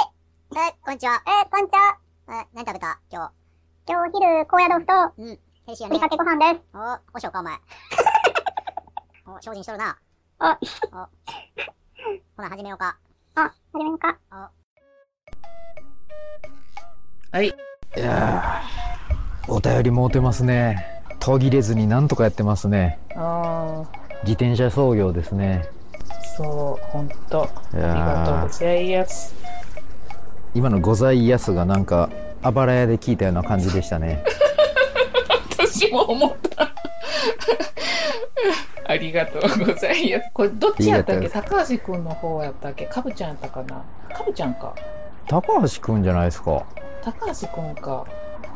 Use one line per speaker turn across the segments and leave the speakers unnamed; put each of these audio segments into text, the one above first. えー、こんにちは。
えー、こんにちは。
えー、何食べた今
今日お昼、高野豆腐と、
日。うん。ヘルシー
ふり
よね
か。けご飯です。
おおしょうか、お前。お精進しとるな。
あ
お。ほな、始めようか。
あ、始めようか。
はい。
いやーお便りもうてますね途切れずになんとかやってますね
あ
自転車操業ですね
あ、そう、ほんと。あ
い
りがとう
や
ご
ー
ざいます。
今の「ございやす」がなんかあばら屋で聞いたような感じでした ね
私も思った。 ありがとうございます。これ、どっちやったっ
あ
け
り
高橋くんの方やったっけかぶちゃんやったかなかぶちゃんか。
高橋くんじゃないですか
高橋くんか。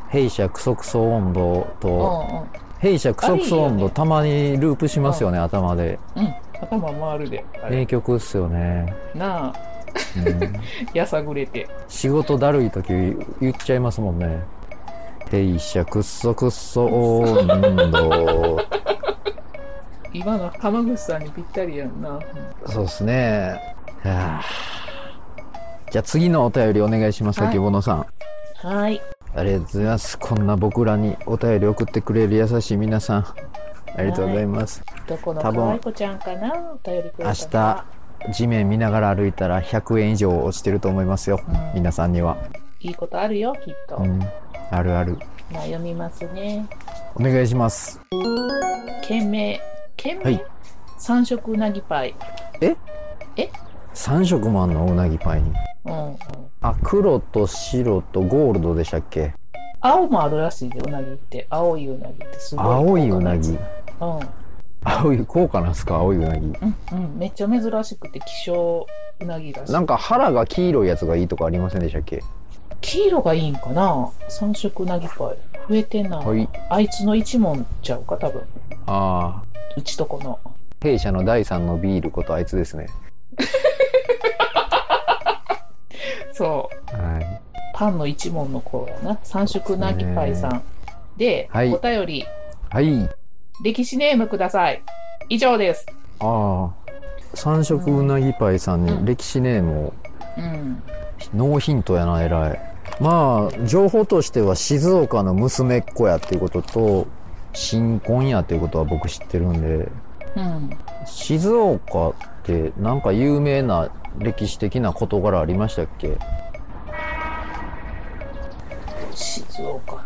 弊社クソクソ温度
うん
と
うん。
弊社クソクソ温
あれいいよ
度
ね
たまにループしますよね頭で
うん。頭回るで。あれ
名曲っすよね、
なあ、
うん、
やさぐれて。
仕事だるい時言っちゃいますもんね弊社クソクソ温度
今の浜口さんにぴったりやんな。
そうですね。はあじゃあ次のお便りお願いします、
はい
あけぼのさん。
はい。
ありがとうございます。こんな僕らにお便り送ってくれる優しい皆さん。ありがとうございます。
どこの
多分
可愛い子ちゃんかなお便りくれたの
明日、地面見ながら歩いたら100円以上落ちてると思いますよ。
うん
皆さんには。
いいことあるよ、きっと。
うん。あるある。
まあ、読みますね。
お願いします。
件名。件名、
はい
三色うなぎパイ。
3色もあんのうなぎパイに。
うん、うん。
あ、黒と白とゴールドでしたっけ
青もあるらしいで、うなぎって。青いうなぎってすごい。
青いうなぎ。
うん。
青い、高価なんすか青いうなぎ。
うん。うん。めっちゃ珍しくて、希少うなぎらしい。
なんか腹が黄色いやつがいいとかありませんでしたっけ
黄色がいいんかな三色うなぎパイ。増えてんな。
はい。
あいつの一問ちゃうか、多分。
ああ。
うちとこの。
弊社の第三のビールことあいつですね。
そう。
は
パンの一門の頃やな三色なぎパイさんで、
はい
お便り
い。はい。
歴史ネームください以上です
ああ。三色うなぎパイさん
うん
に歴史ネームを、
うん
ノーヒントやな、偉い。まあ、情報としては静岡の娘っ子やっていうことと、新婚やっていうことは僕知ってるんで、
うん
静岡ってなんか有名な歴史的な事柄ありましたっけ
静岡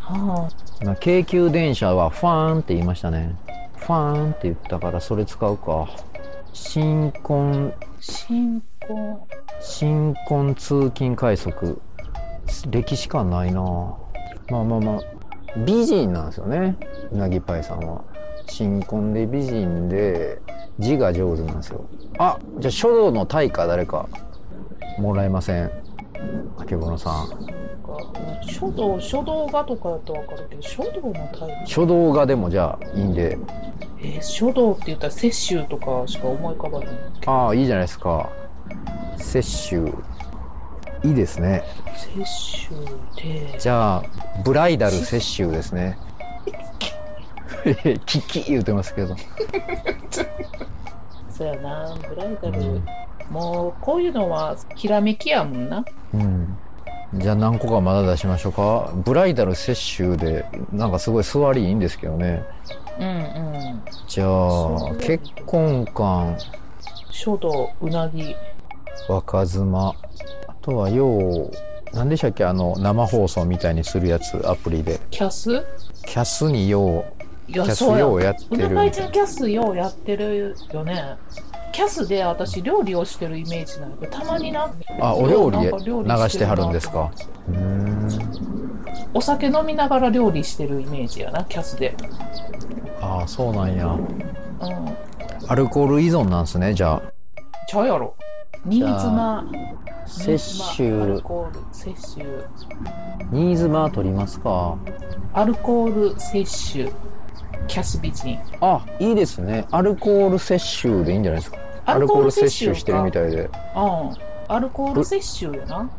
な
な京急電車はファーンって言いましたね。ファーンって言ったからそれ使うか。新婚
新婚
新婚通勤快速歴史感ないなまあまあまあ美人なんですよねうなぎパイさんは新婚で美人で字が上手なんですよあじゃあ書道の大家誰かもらえませんあけぼのさん
か書道書道画とかだとわかるけど書道のタイ
書道画でもじゃあいいんで
プえー書道って言ったら雪舟とかしか思い浮かばない
ああいいじゃないですか雪舟いいですね
雪舟で
じゃあブライダル雪舟ですね キキ言うてますけど
そうやなブライダル、もうこういうのはひらめきやもんな
うん、じゃあ何個かまだ出しましょうかブライダル雪舟でなんかすごい座りいいんですけどね
うんうん
じゃあ結婚観
書道うなぎ
若妻あとはよう何でしたっけあの生放送みたいにするやつアプリで
キャス
キャスによう
い
キ
や
ャス
そうや
ようやって
うな
る
がいちのキャスようやってるよねキャスで私料理をしてるイメージなんだけどたまにな
あお料理
な
へ
んか
流
るな
してはるんですかうーん
お酒飲みながら料理してるイメージやなキャスで
ああそうなんや
うん
アルコール依存なんすねじゃあ
ちゃうやろ新妻新
雪
妻アル
舟
コール摂取
新妻取りますか
アルコール摂取キャス美人
あいいですねアルコール摂取でいいんじゃないですかアルコール摂取してるみ
い
たいで
うんアルコール摂取やな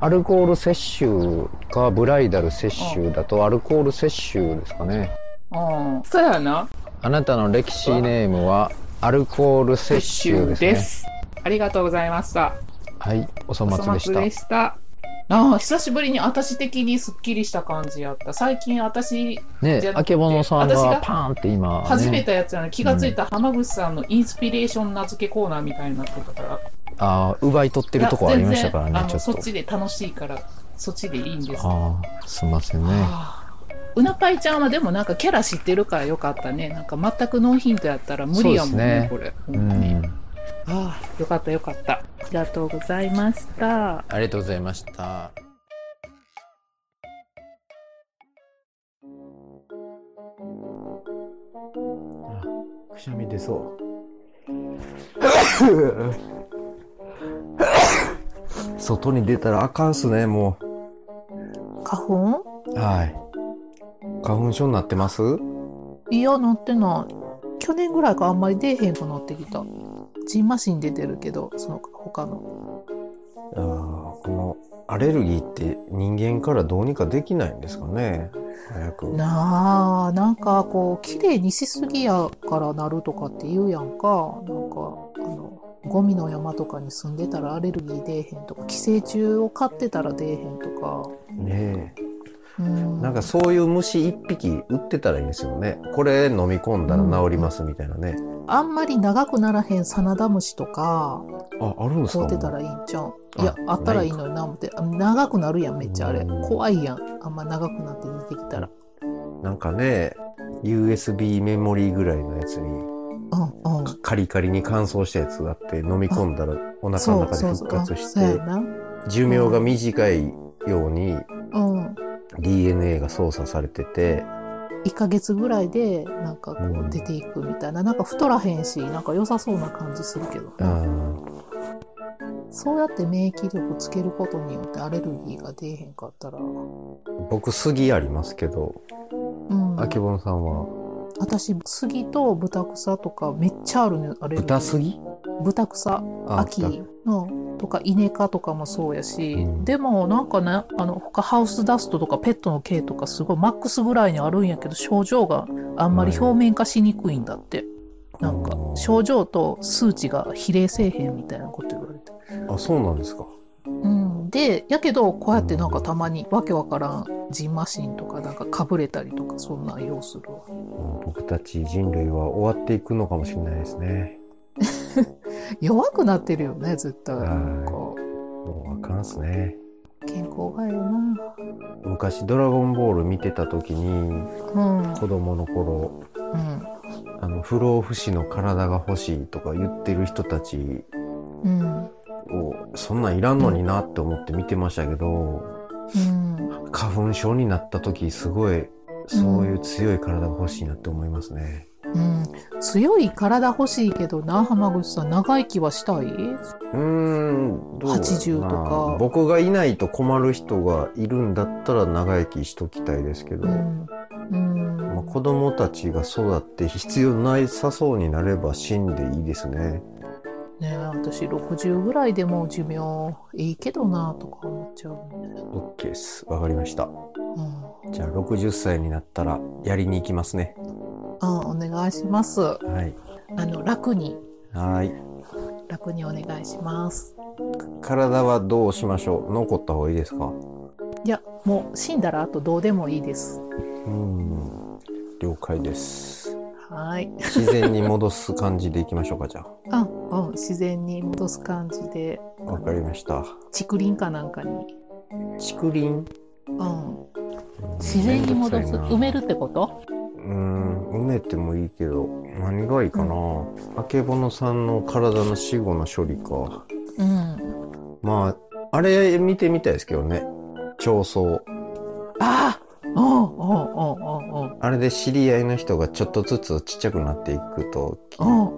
アルコール摂取かブライダル摂取だとアルコール摂取ですかね
うんそうやな
あなたの歴史ネームはアルコール摂取ですね
すありがとうございました
はいお粗末でした
したああ、久しぶりに私的にすっきりした感じやった。最近私、じゃ
ね
な
あ
くて
けぼのさん
私
が
が
パーンって今、ね、
始めたやつやな、気がついた浜口さんのインスピレーション名付けコーナーみたいになってたから。
あー奪い取ってるとこありましたから
いや
ね
全然あ
ちょ
のそ
っ
っ
と
ちで楽しいから、そっちでいいんです。
ああすいませんね
はあうなぱいちゃんはでもなんかキャラ知ってるからよかったね。なんか全くノーヒントやったら無理やもんね、これ。
う
本当に
ん
ああ、よかったよかった。ありがとうございました。
ありがとうございましたくしゃみ出そう 外に出たらあかんっすねも
花粉
うはい花粉症になってます
いや、乗ってない。去年ぐらいからあんまり出えへんくなってきた。ジンマシン出てるけど、その他の。
あーこのアレルギーって人間からどうにかできないんですかね早く
なあ、なんかこう、綺麗にしすぎやからなるとかって言うやんか。なんか、あの、ゴミの山とかに住んでたらアレルギー出えへんとか、寄生虫を飼ってたら出えへんとか。
ねえ
うん。
なんかそういう虫一匹売ってたらいいんですよねこれ飲み込んだら治りますみたいなね、
あんまり長くならへんサナダムシとか、
ああるんですか
買うてたら
い
いいんちゃう
あ
いや、あったらいい
ない
のにな思って。あ長くなるやん、めっちゃあれ
うん。
怖いやん。あんま長くなって出てきたら。
なんかね USB メモリーぐらいのやつに
うんうん。
カリカリに乾燥したやつがあって飲み込んだらお腹の
そう
中で
そうそ
復
う。
活
あ
し
そう
て
やな。
寿命が短いように
うん。
DNA が操作されてて
1ヶ月ぐらいで、なんかこ
うん
う出ていくみたいな。なんか太らへんし、なんか良さそうな感じするけど
う
な。
ん
そうやって免疫力つけることによってアレルギーが出えへんかったら。うん。
僕杉ありますけど、あけぼのさんは
私、杉と豚草とかめっちゃあるね、アレルギー。
豚杉
豚草。
あ
秋
豚
のとかイネ科とかもそうやし、
うん
でもなんかねあの他ハウスダストとかペットの毛とかすごいマックスぐらいにあるんやけど症状があんまり表面化しにくいんだって、なんか症状と数値が比例せえへんみたいなこと言われて、
あそうなんですか
うん、でやけどこうやってなんかたまにわけわからんジンマシンとかなんかかぶれたりとかそんなん要するわ
うん僕たち人類は終わっていくのかもしれないですね
弱くなってるよね絶対
はい
なんか
もうあかんっすね
健康がええな
昔「ドラゴンボール」見てた時に
うん
子供の頃
うん
あの不老不死の体が欲しいとか言ってる人たち
うん
をそんなんいらんのになって思って見てましたけど
うん
花粉症になった時すごいそういう強い体が欲しいなって思いますね、
うん、強い体欲しいけどな浜口さん長生きはしたいう
ーん、どうだろうな
80とか
僕がいないと困る人がいるんだったら長生きしときたいですけど、
うん、うん
まあ、子供たちが育って必要ないさそうになれば死んでいいですね。
ねえ私60ぐらいでもう寿命いいけどなとか思っちゃうね、
OK です。わかりました。
うん、あ
じゃあ60歳になったらやりに行きますね。
お願いしますあ
はい。
の楽に
はい。
楽にお願いします
体はどうしましょう残った方がいいですか
いやもう死んだらあとどうでもいいです
うん。了解です。
はい
自然に戻す感じでいきましょうか、じゃ
あ、うん、自然に戻す感じで
あ。わかりました。
竹林かなんかに、
竹林
うん、自然に戻す埋めるってこと
うーん、埋めてもいいけど、何がいいかな。あけぼのさんの体の死後の処理か。
うん
まあ、あれ見てみたいですけどね。長宗。
ああうんうんうんうんうん
あれで知り合いの人がちょっとずつちっちゃくなっていくとき、
うん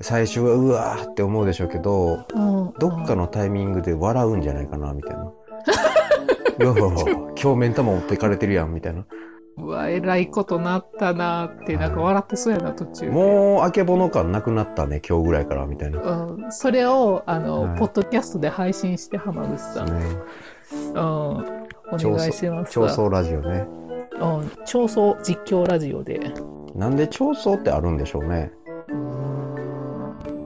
最初はうわーって思うでしょうけど、
うんうん
どっかのタイミングで笑うんじゃないかな、みたいな。うわうわうわ鏡面玉持ってかれてるやん、みたいな。
うわえらいことなったなってなんか笑ってそうやな途中で
もう、あけぼの感なくなったね、今日ぐらいから、みたいな。
うん、それをあの、
はい
ポッドキャストで配信して浜口さん、うん、
ね、
お願いします
長宗ラジオね。
うん、調査実況ラジオで
なんで長宗ってあるんでしょうね。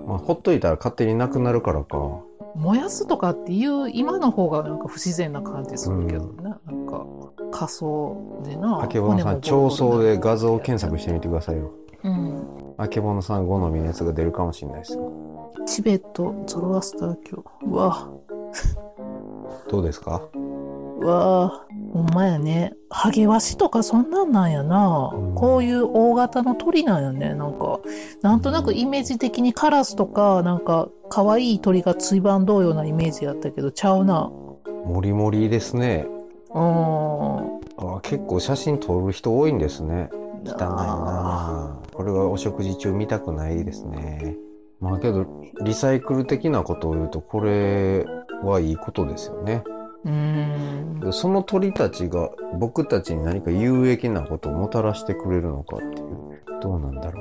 まあ、ほっといたら勝手になくなるからか。
燃やすとかっていう今の方がなんか不自然な感じするけどね、なんか仮想でな
あけぼのさん、調
想
査で画像検索してみてくださいよ。
うん
あけぼのさん好みのやつが出るかもしれないですよ。
チベットゾロアスター教うわ
どうですか
うわほんまやねハゲワシとかそんなんなんやな、
うん
こういう大型の鳥なんやねなんかなんとなくイメージ的にカラスとかなんか可愛い鳥がついばんどうようなイメージやったけどちゃうな
もりもりですね。
うん
あ結構写真撮る人多いんですね。汚いなあこれはお食事中見たくないですねまあけどリサイクル的なことを言うとこれはいいことですよね
うーん
その鳥たちが僕たちに何か有益なことをもたらしてくれるのかっていうどうなんだろ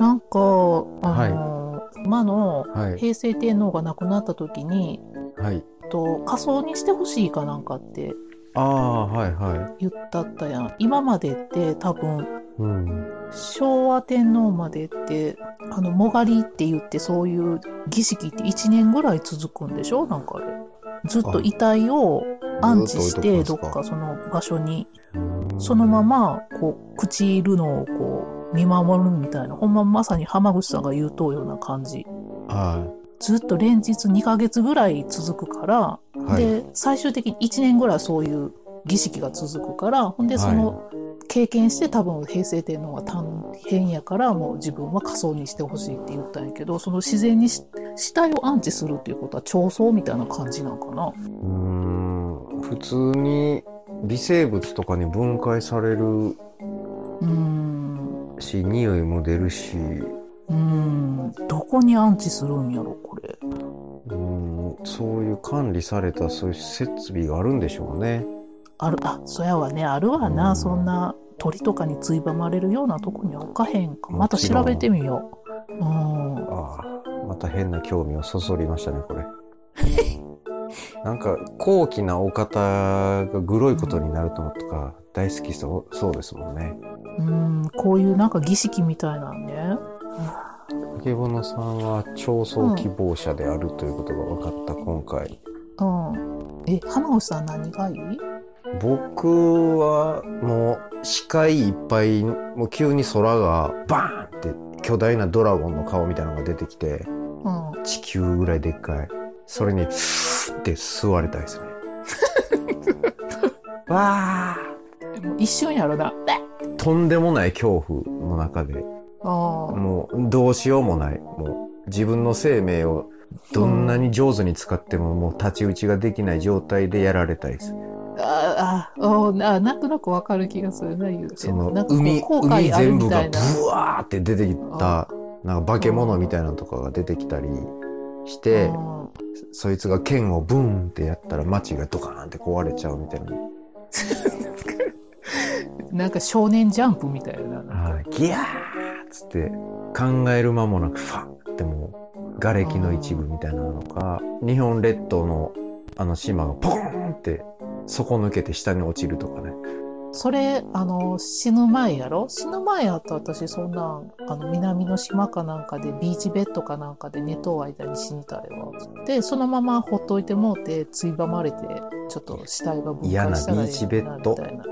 なんか、あの今の
うはい
平成天皇が亡くなった時に、
はい
と仮装にしてほしいかなんかって
ああはいはい
言ったったやん。今までって多分、
うん
昭和天皇までって、あの、もがりって言ってそういう儀式って1年ぐらい続くんでしょなんかあれ。ずっと遺体を安置し
ず
て、
っ
ど
と置
っ
いとくんですか
かその場所に、
うん
そのまま、こう、朽ちるのをこう、見守るみたいな、ほんままさに浜口さんが言うとうような感じ。
は
ずっと連日2ヶ月ぐらい続くから、
いはい
で最終的に1年ぐらいそういう儀式が続くからほんで
はい
その経験して多分平成天皇は大変やからもう自分は仮装にしてほしいって言ったんやけどその自然にし死体を安置するっていうことは彫葬みたいな感じなんかな
うん普通に微生物とかに分解される
うーん
し匂いも出るし
うーんどこに安置するんやろこれ
うん、そういう管理されたそういう設備があるんでしょうね。
あるあそやわねあるわな、
うん
そんな鳥とかについばまれるようなとこには置かへんかまた
もちろ
調
ん
べてみよううん
ああ、また変な興味をそそりましたね、これ。なんか高貴なお方がグロいことになるととか大好きそうそうですもんね。
うん、こういうなんか儀式みたいなのね。
あけぼのさんは長僧希望者であるということが分かった今回。
うん。え、浜口さん何がいい
僕はもう視界いっぱいもう急に空がバーンって巨大なドラゴンの顔みたいなのが出てきて。
うん。
地球ぐらいでっかいそれにふーって吸われたい ですねわあ
もう一瞬やろな。
とんでもない恐怖の中で
ああ。
もうどうしようもないもう自分の生命をどんなに上手に使ってももう太刀打ちができない状態でやられたいです
ああ、おな、なんとなくわかる気がするな、言うて。
その
なんかこう
海
後
海
悔ある
全部
みた
が
い
ブ
な。
ワーって出てき
あ
たなんか化け物みたいなのとかが出てきたりして
うん
そいつが剣をブーンってやったら街がドカーンって壊れちゃうみたいな
なんか少年ジャンプみたいな。
はい、ギャーっつって考える間もなくファンってもう瓦礫の一部みたいなのか日本列島のあの島がポコーンって底抜けて下に落ちるとかね
それ、あの、死ぬ前やろ死ぬ前やったら私、そんなん、あの、南の島かなんかで、ビーチベッドかなんかで寝とう間に死にたいわ。で、そのままほっといてもうて、ついばまれて、ちょっと死体が分解したらええ
嫌なビーチベッド
みたいな。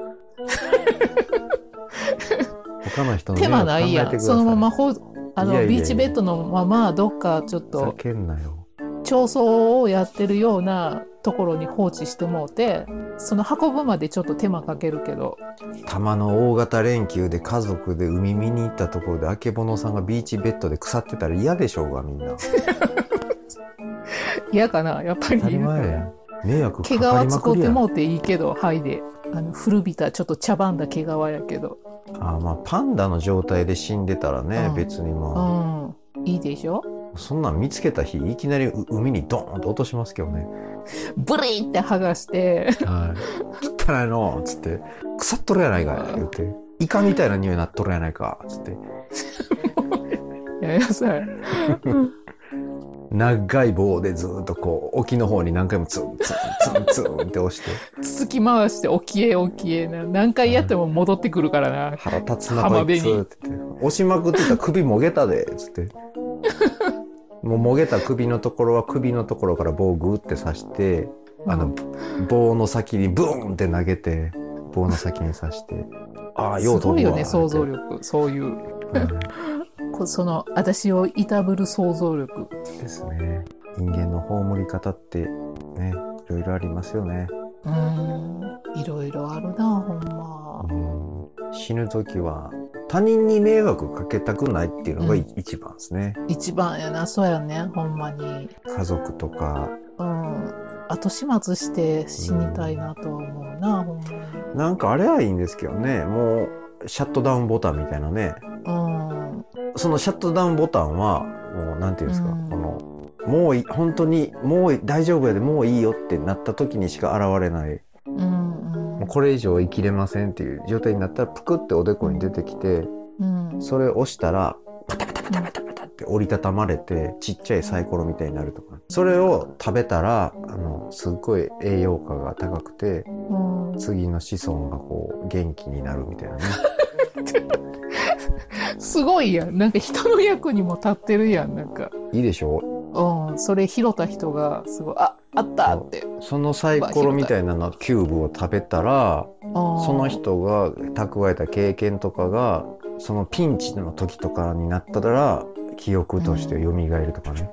他の人の
手間ないや
迷惑考えて
ん。
くだ
そ
さ
のままほ、あの
いやいやい
ビ
や
ーチベッドのまま、どっかちょっ
ふざ
と、
けんなよ
調層をやってるようなところに放置してもうて、その運ぶまでちょっと手間かけるけど、
玉の大型連休で家族で海見に行ったところであけぼのさんがビーチベッドで腐ってたら嫌でしょうがみんな
嫌かなやっぱり。
当たり前やん迷惑
毛
か
皮
かりま
使
く
う
り
て
やん
も
あ
うていいけど、はいで。あの、古びた、ちょっと茶番だ毛皮やけど。
ーまあパンダの状態で死んでたらね、
うん
別にまあ、
うん。いいでしょ
そんなん見つけた日いきなりう海にドーンと落としますけどね。
ブリンって剥がして、
はい。汚いのっつって腐っとるやないか言ってイカみたいな匂いなっとるやないかつって
いやいやさい。
長い棒でずーっとこう沖の方に何回もツンツンツンツンって押して
つつき回して、起きえ起きえな。何回やっても戻ってくるからな。
腹 立つなこいつって言って押しまくってたら首もげたでつって。もうもげた首のところは首のところから棒をグーって刺してあの棒の先にブーンって投げて棒の先に刺して ああ
す
よう飛ぶわ
ごいよね、
って
想像力。そういう、
うん
こその、私をいたぶる想像力。
ですね人間の葬り方ってねいろいろありますよね、
うーん、いろいろあるな、ほんま。
うん、死ぬ時は他人に迷惑かけたくないっていうのがい一番ですね、
一番やな、そうやね、ほんまに。
家族とか
うん。後始末して死にたいなとは思うな、ほんま
なんかあれはいいんですけどねもうシャットダウンボタンみたいなね
に。うん。
そのシャットダウンボタンはもうなんていうんですか、
うん
このもうい本当にもうい大丈夫やでもういいよってなった時にしか現れない
うんう
もうんこれ以上生きれませんっていう状態になったらぷくっておでこに出てきて
うん
それを押したらって折りたたまれてちっちゃいサイコロみたいになるとかそれを食べたらあのすっごい栄養価が高くて
うん
次の子孫がこう元気になるみたいなね
すごいやんなんか人の役にも立ってるやんなんか、
いいでしょ
うん、それ拾った人がすごいああったって
そのサイコロみたいなのキューブを食べたらそ
そ
の人が蓄えた経験とかがそのピンチの時とかになったら記憶として蘇るとかね、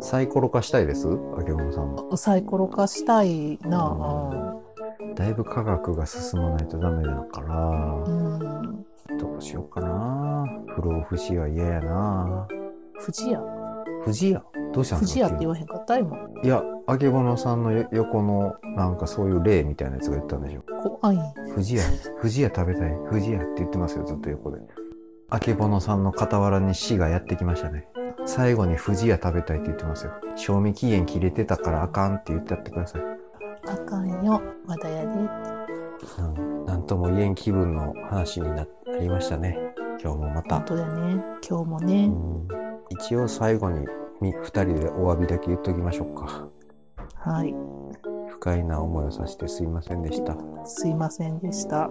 サイコロ化したいですあけぼのさんも
サイコロ化したいな、
だいぶ科学が進まないとダメだから
うん
どうしようかな不老不死は嫌やな
不二家
不死やどうしたん
不
です
二家
か
って言わへんかった今
いやあけぼのさんのよ横のなんかそういう霊みたいなやつが言ったんでしょ
怖い
不死や不死や食べたい不死やって言ってますよずっと横であけぼのさんの傍らに死がやってきましたね最後に不死や食べたいって言ってますよ賞味期限切れてたからあかんって言ってやってください、
あかんよまだやで
うん、なんとも言えん気分の話にななりましたね今日もまた
本当だね今日もね、
うん一応最後にみ2人でお詫びだけ言っときましょうか
はい
不快な思いをさせてすいませんでした
すいませんでした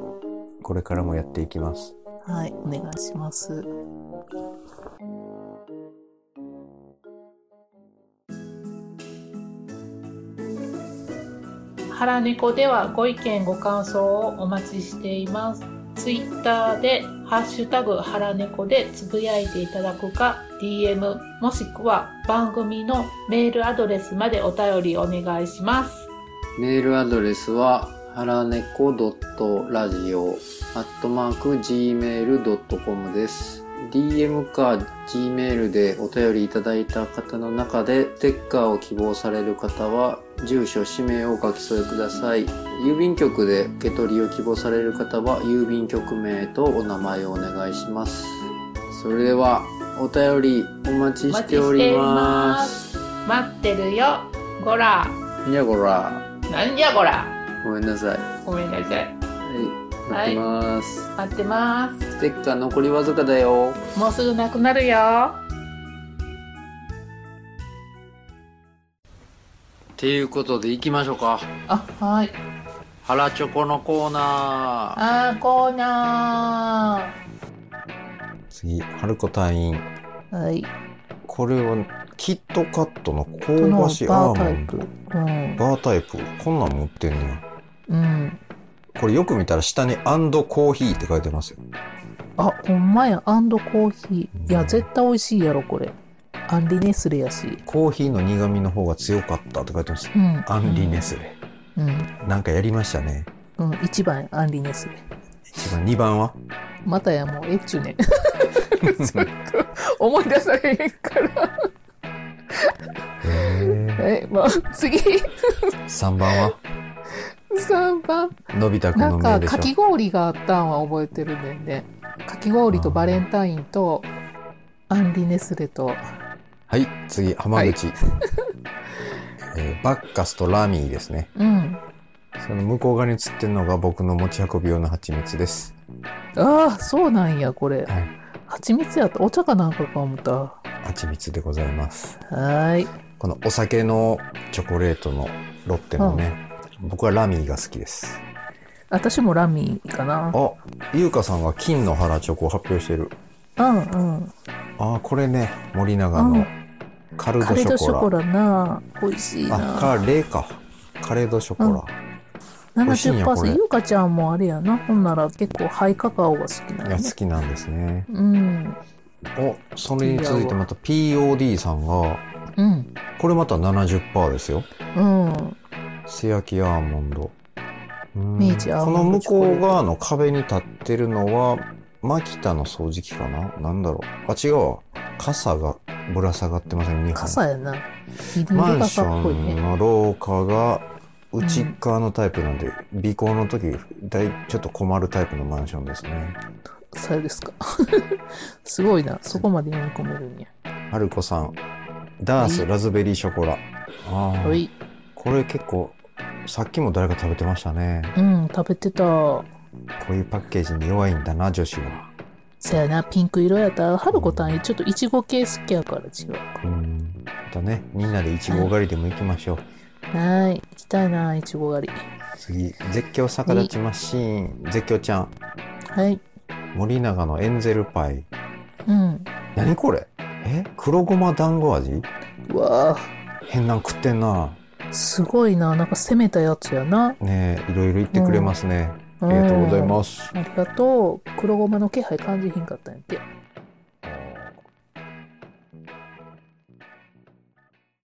これからもやっていきます
はいお願いしますハラネコではご意見ご感想をお待ちしています。ツイッターでハッシュタグハラネコでつぶやいていただくか DM もしくは番組のメールアドレスまでお便りお願いします。
メールアドレスは、はらねこ .radio、アットマーク、gmail.com です。DM か Gmail でお便りいただいた方の中で、ステッカーを希望される方は、住所、氏名をお書き添えください。郵便局で受け取りを希望される方は、郵便局名とお名前をお願いします。それでは、お便りお待ちしております。
待ってるよゴラ
にゃごら、
なんじゃゴラ
ごめんなさい。
ごめんなさい
はい、待ってます。
待ってま
ステッカー残りわずかだよ。
すもうすぐなくなるよ
っていうことで行きましょうか。
あ、はい。
ハラチョコのコーナ
あー、コーナ
次春子隊員
ー。はい。
これはキットカットの香
この
ばしいア
バータ
ーモ
イ
ン
プ
ド。
うん。
バータイプこんなん持ってんね
う
や
ん。
これよく見たら下に「アンドコーヒー」って書いてますよ
あ、ほんまや、アンドコーヒー。いや、絶対美味しいやろ、これ。アンリネスレやし。
コーヒーの苦味の方が強かったって書いてます
うん。
アンリネ。スレ
うん。
なんかやりましたね
うん、一番やアンリネスレ。
一番2番は
またや、もう、えっちゅ うねん。 それ思い出されへんから。
へ
え、まあ、次、
3番は
3番。
のび太くん
な
の
ん
名
か、
でし
か
ょ
き氷があったんは覚えてるねんね。かき氷とバレンタインと、アンリネスレと、
はい次浜口、 えーバッカスとラミーですね
うん。
その向こう側に映ってるのが僕の持ち運び用の蜂蜜です
ああ、そうなんや、これ。
はい
蜂蜜やった。お茶かなんかか思った。は
蜂蜜でございます
ーい。
このお酒のチョコレートのロッテのね、僕はラミーが好きです
私もラミーかな。
あ優香さんが金の原チョコを発表してる
うんうん。
あーこれね森永
う
の
ん
カル
カ
ド
レ
シ
ードシ
ョ
ョコ
コラ。
ラな美味しい
あ、
な
カレーか。カレードショコラ。美味しいんやこれ
70%ゆうかちゃんもあれやなほんなら結構ハイカカオが好きなん
が
や
好
ね
きなんですね。
うん
お、それに続いてまた POD さんが、
うん
これまた70%ですよ。
うん
素焼きアーモンド。うん
明治アー
こ
モ
の
ンド
向
チョコレート
こう側の壁に立ってるのは、マキタの掃除機かななんだろう。あ、違うわ。傘がぶら下がってません、日本。
傘やな昼
マ
寝
ンシ
傘っぽい
ョン
ね
の廊下が内側のタイプなんで、尾行の時だいちょっと困るタイプのマンションですね。
さよですか すごいなそこまで読み込めるんや
はるこさん、ダース
はい
ラズベリーショコラ。あ
は
ー
い
これ結構、さっきも誰か食べてましたね。
うん食べてた
こういうパッケージに弱いんだな、女子は。
そやなピンク色やったはるこたんちょっといちご系好きやから違うか
うん。またね、みんなでイチゴ狩りでも行きましょう。
はい行きたいないちご狩り
次、絶叫逆立ちマシーン、絶叫ちゃん、
はい
森永のエンゼルパイ。
うん
何これえ黒ごま団子味
うわあ
変なん食ってんな。
すごいななんか攻めたやつやな
ねえ、いろいろ言ってくれますね。
あ
ありがとうございます。
ありがとう。黒ごまの気配感じひんかったんやって。